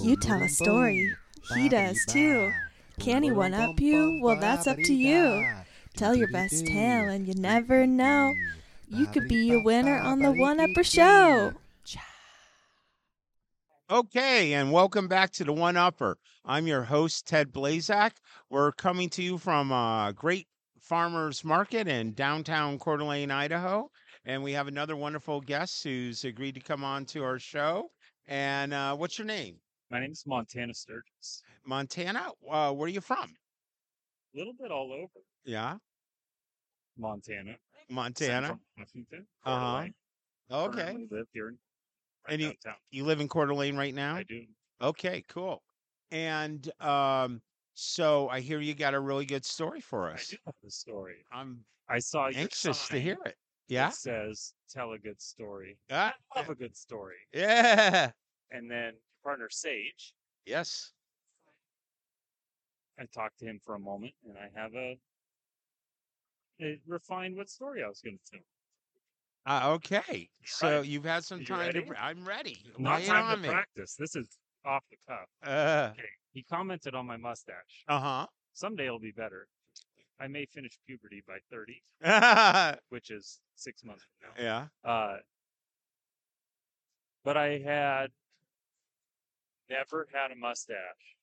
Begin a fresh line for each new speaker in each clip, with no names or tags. You tell a story. He does too. Can he one up you? Well, that's up to you. Tell your best tale, and you never know. You could be a winner on the One Upper Show.
Okay, and welcome back to the One Upper. I'm your host Ted Blazak. We're coming to you from uh, Great Farmers Market in downtown Coeur d'Alene, Idaho, and we have another wonderful guest who's agreed to come on to our show. And uh, what's your name?
My name is Montana Sturgis.
Montana. Uh, where are you from?
A little bit all over
Yeah,
Montana.
Montana.
Central Washington. Coeur
Uh-huh.
d'Alene.
Okay.
Currently live here in right
And you-
downtown.
You live in Coeur d'Alene right now.
I do.
Okay, cool. And um, so I hear you got a really good story for
I
us.
do Uh, have the story.
I'm
I saw your
anxious to
sign
hear it.
that
Yeah.
says tell a good story.
Ah,
I love a good story.
yeah.
And then your partner Sage,
Yes.
I talked to him for a moment, and I have a it refined what story I was going to tell. Ah,
Uh, okay. So
right.
you've had some
You
time to.
ready?
pre- I'm ready.
Not
Lay it
time
on
to
me.
practice. This is off the cuff.
Uh
He commented on my mustache.
huh.
Someday it'll be better. I may finish puberty by thirty. which is six months from now.
yeah.
Uh, but I had never had a mustache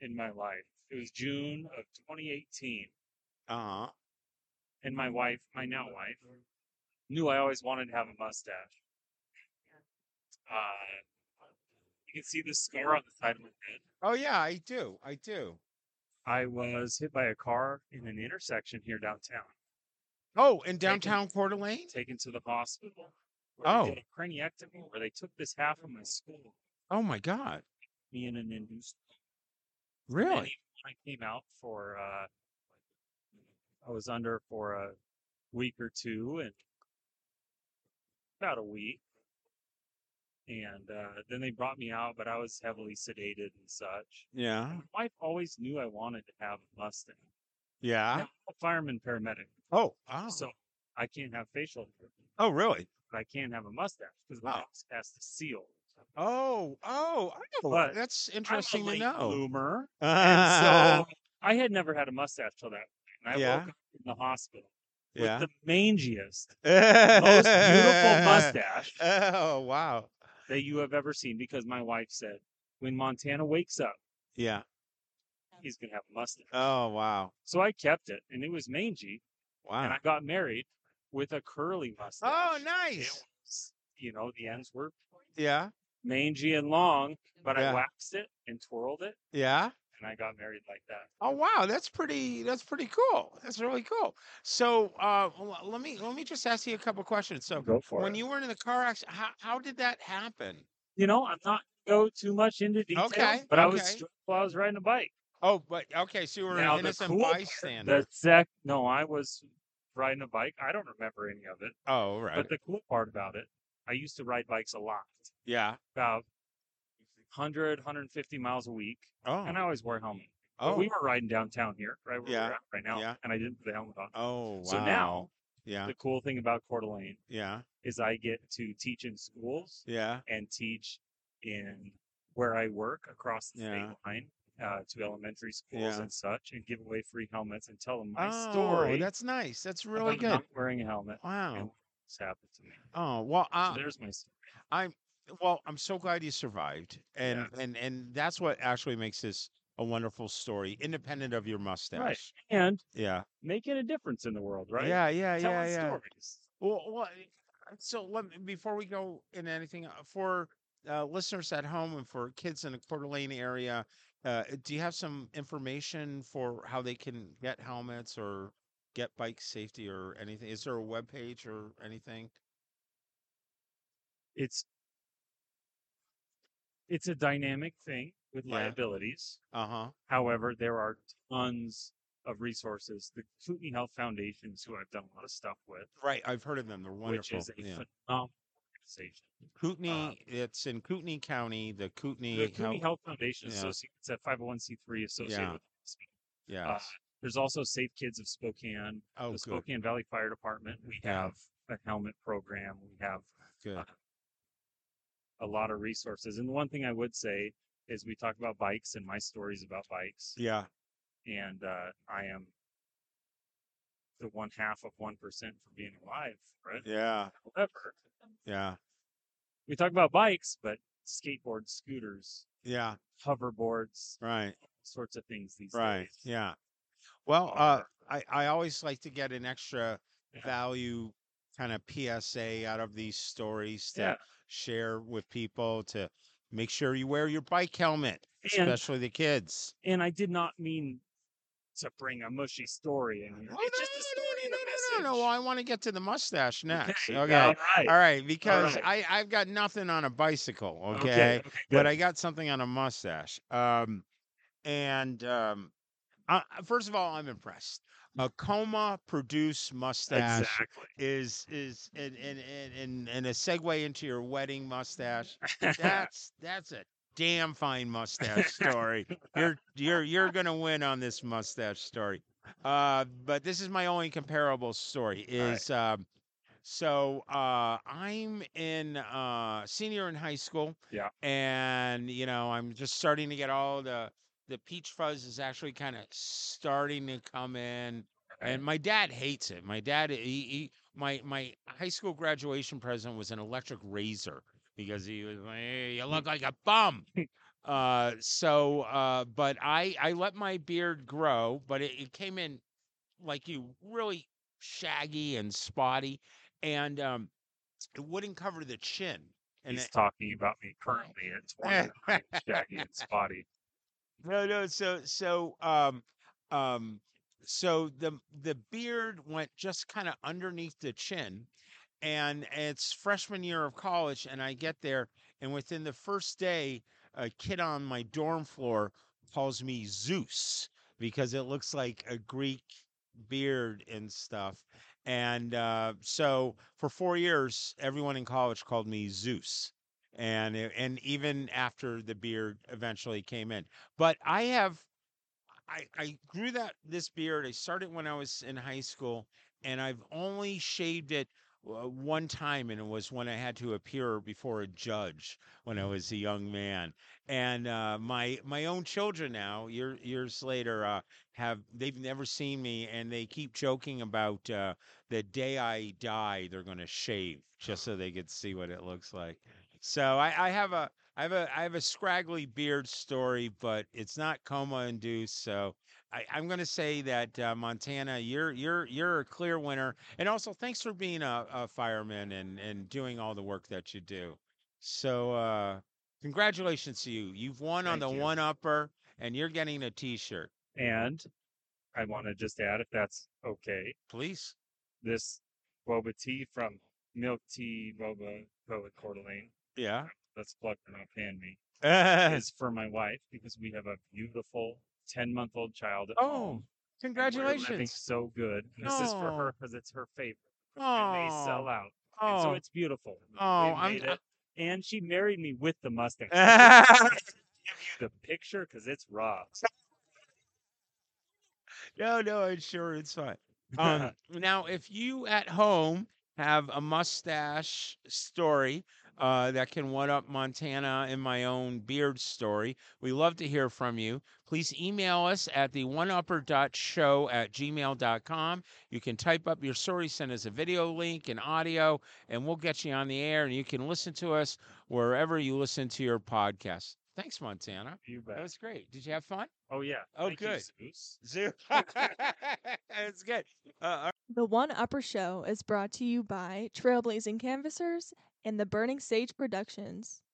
in my life. It was June of 2018,
Uh huh.
and my wife, my now wife, knew I always wanted to have a mustache. Uh, you can see the scar on the side of my head.
Oh yeah, I do. I do.
I was hit by a car in an intersection here downtown,
Oh, in downtown Coeur d'Alene?
taken to the hospital. where
Oh.
they did a craniectomy where they took this half of my skull
Oh my God.
me in an induced. And
Really?
even when I came out for, uh, I was under for a week or two and about a week. And uh, then they brought me out, but I was heavily sedated and such.
Yeah.
And My wife always knew I wanted to have a Mustang.
Yeah.
Now, I'm a fireman paramedic,
Oh. Ah. Oh.
so I can't have facial hair,
oh really?
but I can have a mustache because the
Wow.
house has to seal.
Oh. Oh. Oh.
But
that's
I'm a
interesting to
late
know.
bloomer.
Uh,
And so I had never had a mustache till that point. And I
Yeah.
woke up in the hospital with
yeah.
the mangiest, most
most
beautiful mustache
Oh wow.
that you have ever seen because my wife said, when Montana wakes up,
Yeah.
he's going to have a mustache.
Oh wow.
so I kept it and it was mangy. And
Wow.
I got married with a curly mustache.
Oh
It
nice.
was, you know, the ends were
Yeah.
mangy and long, but
Yeah.
I waxed it and twirled it
Yeah.
and I got married like that.
Oh wow, that's pretty. That's pretty cool. That's really cool. So uh, l- let me let me just ask you a couple questions. So
Go for
when
it.
you were in the car accident, how, how did that happen?
You know, I'm not go too much into detail,
Okay,
but I was
okay.
struck while I was riding a bike.
Oh, but okay, so you were
Now,
an
the
innocent
cool part,
bystander.
The sec, no, I was riding a bike. I don't remember any of it.
oh right,
But the cool part about it, I used to ride bikes a lot,
yeah.
about 100, 150 miles a week,
Oh,
and I always wore a helmet. But
oh,
We were riding downtown here, right where
Yeah,
we're at right now,
yeah.
and I didn't put the helmet on.
oh, wow.
So now,
yeah,
the cool thing about Coeur d'Alene
yeah,
is I get to teach in schools
yeah,
and teach in where I work across the
Yeah.
state line uh, to elementary schools
Yeah.
and such, and give away free helmets and tell them my
oh,
story.
That's nice. That's really
about
good.
Not wearing a helmet. and
wow.
what's happened to me.
Oh well,
So
uh,
there's my story.
I'm well, I'm so glad you survived. And
Yeah.
and and that's what actually makes this a wonderful story, independent of your mustache.
And
Yeah.
making a difference in the world, right?
Yeah, yeah,
Telling
yeah, yeah.
stories.
Well, well, so let me, before we go into anything uh, for uh, listeners at home and for kids in the Coeur d'Alene area, uh, do you have some information for how they can get helmets or get bike safety or anything? Is there a webpage or anything?
It's it's a dynamic thing with
Yeah.
liabilities.
Uh huh.
However, there are tons of resources. The Kootenai Health Foundations, who I've done a lot of stuff with,
Right, I've heard of them. They're wonderful.
which is a
yeah.
phenomenal organization.
Kootenai, it's in Kootenai County, the Kootenai,
Uh, The Kootenai
Hel-
Health Foundation
yeah.
associate it's a 501c3 associated
Yeah.
with the hospital.
yeah.
Uh, there's also Safe Kids of Spokane,
oh,
the
good,
Spokane Valley Fire Department. We
Yeah.
have a helmet program. We have
good.
uh, a lot of resources. And the one thing I would say is we talk about bikes and my stories about bikes,
Yeah.
and uh, I am the one half of one percent for being alive, right?
Yeah.
However,
Yeah.
we talk about bikes, but skateboards, scooters,
Yeah.
hoverboards,
Right.
sorts of things these
Right.
days.
Yeah. Well, uh,
are-
I, I always like to get an extra
Yeah.
value kind of PSA out of these stories to
Yeah.
share with people to make sure you wear your bike helmet,
And
especially the kids.
and I did not mean to bring a mushy story in here.
Oh,
Mm-hmm. It's just a story and
no,
a
no, no, no, no, no, no.
message.
I want to get to the mustache next.
Okay,
Okay.
All
All
right.
right. Because
right.
I, I've got nothing on a bicycle.
Okay.
Okay.
okay,
But
good.
I got something on a mustache. Um, and um, I, I- first of all, I'm impressed. A coma produced mustache
exactly.
is is and and and and, and a segue into your wedding mustache. That's that's a damn fine mustache story. You're you're you're gonna win on this mustache story. Uh, but this is my only comparable story.
right.
Is um, so uh, I'm in uh, senior in high school.
Yeah.
And you know I'm just starting to get all the the peach fuzz is actually kind of starting to come in.
Okay.
And my dad hates it. My dad, he, he, my my high school graduation present was an electric razor because he was like, "Hey, you look like a bum. Uh, so, uh, but I I let my beard grow, but it, it came in like you really shaggy and spotty, and um, it wouldn't cover the chin. And
He's
it-
talking about me currently at 29, shaggy and spotty.
no, no. So, so, um, um, so the the beard went just kind of underneath the chin, and it's freshman year of college, and I get there, and within the first day, a kid on my dorm floor calls me Zeus because it looks like a Greek beard and stuff, and uh, so for four years, everyone in college called me Zeus. And it- and even after the beard eventually came in, but I have I, I grew that this beard. I started when I was in high school, and I've only shaved it uh, one time, and it was when I had to appear before a judge when I was a young man. And uh, my my own children now, year, years later, uh, have they've never seen me, and they keep joking about uh, the day I die, they're going to shave just so they could see what it looks like. So I, I have a I have a I have a scraggly beard story, but it's not coma induced. So I, I'm going to say that uh, Montana, you're you're you're a clear winner, and also thanks for being a, a fireman and and doing all the work that you do. So uh, congratulations to you. You've won on
Thank
the
you.
one upper, and you're getting a T-shirt.
And I want to just add, if that's okay,
Please,
this boba tea from Milk Tea Boba Boba Coeur d'Alene,
yeah.
that's plugged and offhand me, is for my wife because we have a beautiful 10 month old child at
oh,
home. and we're living
congratulations!
so good. And This is for her because it's her favorite. and they
Oh,
sell out. And so
oh,
it's beautiful. We
oh, I'm-
made it. And she married me with the Mustang. I
oh.
can't give you the picture because it's raw.
No, no, it's sure it's fine. Um, now, if you at home have a mustache story uh, that can one up Montana and my own beard story, we love to hear from you. Please email us at the oneupper.show at gmail.com. You can type up your story, send us a video link and audio, and we'll get you on the air and you can listen to us wherever you listen to your podcast. Thanks, Montana.
you
That
bet.
was great. Did you have fun?
Oh yeah.
Oh,
Thank you,
good.
Zeus.
Zoo. it's good. Uh,
The One Upper Show is brought to you by Trailblazing Canvassers and the Burning Sage Productions.